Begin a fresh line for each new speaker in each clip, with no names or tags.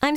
I'm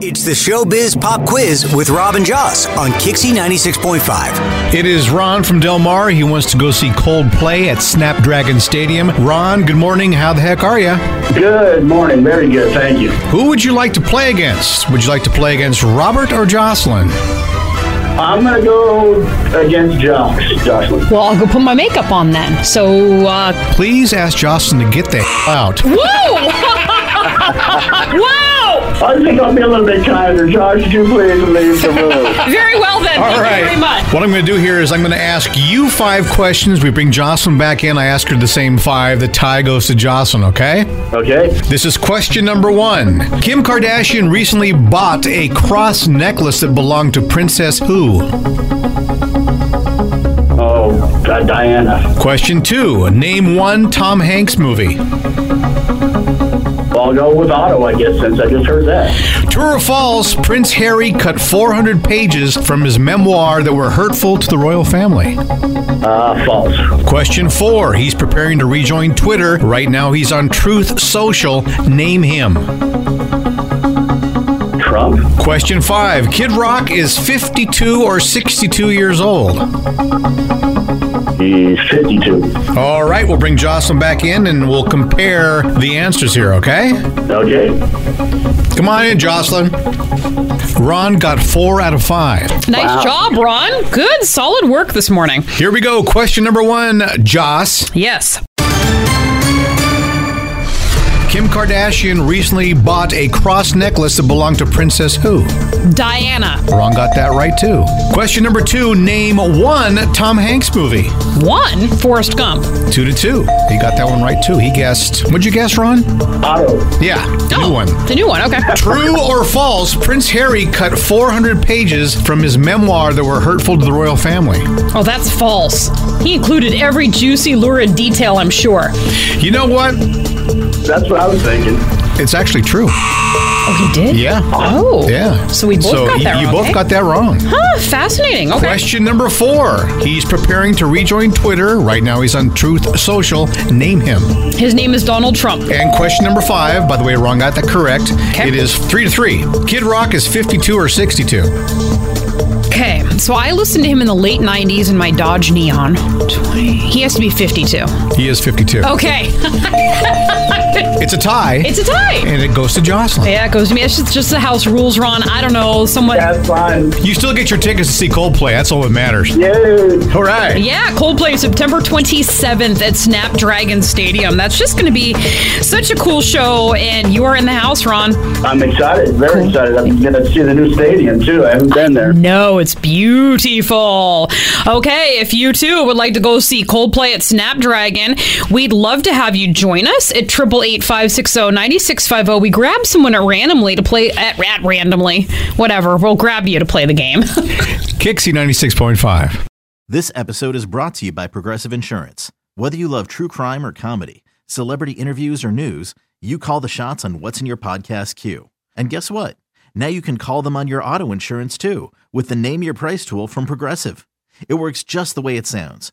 It's the Showbiz Pop Quiz with Robin Joss on Kixie 96.5.
It is Ron from Del Mar. He wants to go see Coldplay at Snapdragon Stadium. Ron, good morning. How the heck are you?
Good morning. Very good. Thank you.
Who would you like to play against? Would you like to play against Robert or Jocelyn?
I'm going to go against Josh, Jocelyn.
Well, I'll go put my makeup on then. So, uh,
Please ask Jocelyn to get the hell out.
whoa! whoa!
I think I'll be a little bit kinder. Josh, would you please leave the room?
Very well then.
All
Thank
right.
you very much.
What I'm going to do here is I'm going to ask you five questions. We bring Jocelyn back in. I ask her the same five. The tie goes to Jocelyn, okay?
okay.
This is question number one. Kim Kardashian recently bought a cross necklace that belonged to Princess Who?
Oh, uh, Diana.
Question two. Name one Tom Hanks movie.
Well, I'll go with Otto, I guess, since I just heard that.
True or false, Prince Harry cut 400 pages from his memoir that were hurtful to the royal family.
Uh, false.
Question four. He's preparing to rejoin Twitter. Right now, he's on Truth Social. Name him.
Trump?
Question five. Kid Rock is 52 or 62 years old.
He's 52.
All right, we'll bring Jocelyn back in and we'll compare the answers here, okay?
Okay.
Come on in, Jocelyn. Ron got four out of five.
Nice job, Ron. Good, solid work this morning.
Here we go. Question number one, Joss.
Yes.
Kim Kardashian recently bought a cross necklace that belonged to Princess Who?
Diana.
Ron got that right too. Question number two Name one Tom Hanks movie.
One, Forrest Gump.
Two to two. He got that one right too. He guessed. What'd you guess, Ron?
Otto.
Yeah,
Oh,
new one.
The new one, okay.
True or false, Prince Harry cut 400 pages from his memoir that were hurtful to the royal family.
Oh, that's false. He included every juicy, lurid detail, I'm sure.
You know what?
That's what I was thinking.
It's actually true.
Oh, he did?
Yeah.
Oh.
Yeah.
So we both got
you,
that
You
wrong, eh?
both
okay.
got that wrong.
Huh, fascinating. Okay.
Question number four. He's preparing to rejoin Twitter. Right now he's on Truth Social. Name him.
His name is Donald Trump.
And question number five, by the way, wrong got that correct.
Okay.
It is three to three. Kid Rock is 52 or 62.
Okay, so I listened to him in the late 90s in my Dodge Neon. 20. He has to be 52.
He is 52.
Okay,
It's a tie.
Oh. it's a tie.
and it goes to Jocelyn.
Yeah, it goes to me. It's just, just the house rules, Ron. I don't know. Someone. Yeah,
That's fine.
You still get your tickets to see Coldplay. That's all that matters.
Yay.
All right.
Coldplay September 27th at Snapdragon Stadium. That's just going to be such a cool show, and you are in the house, Ron.
I'm excited. Very excited. I'm going to see the new stadium, too. I haven't been there.
No, it's beautiful. Okay, if you too would like to go see Coldplay at Snapdragon, we'd love to have you join us at triple eight five six zero ninety six five zero. We grab someone at randomly to play at, at randomly, whatever. We'll grab you to play the game.
Kixie 96.5.
This episode is brought to you by Progressive Insurance. Whether you love true crime or comedy, celebrity interviews or news, you call the shots on what's in your podcast queue. And guess what? Now you can call them on your auto insurance too with the Name Your Price tool from Progressive. It works just the way it sounds.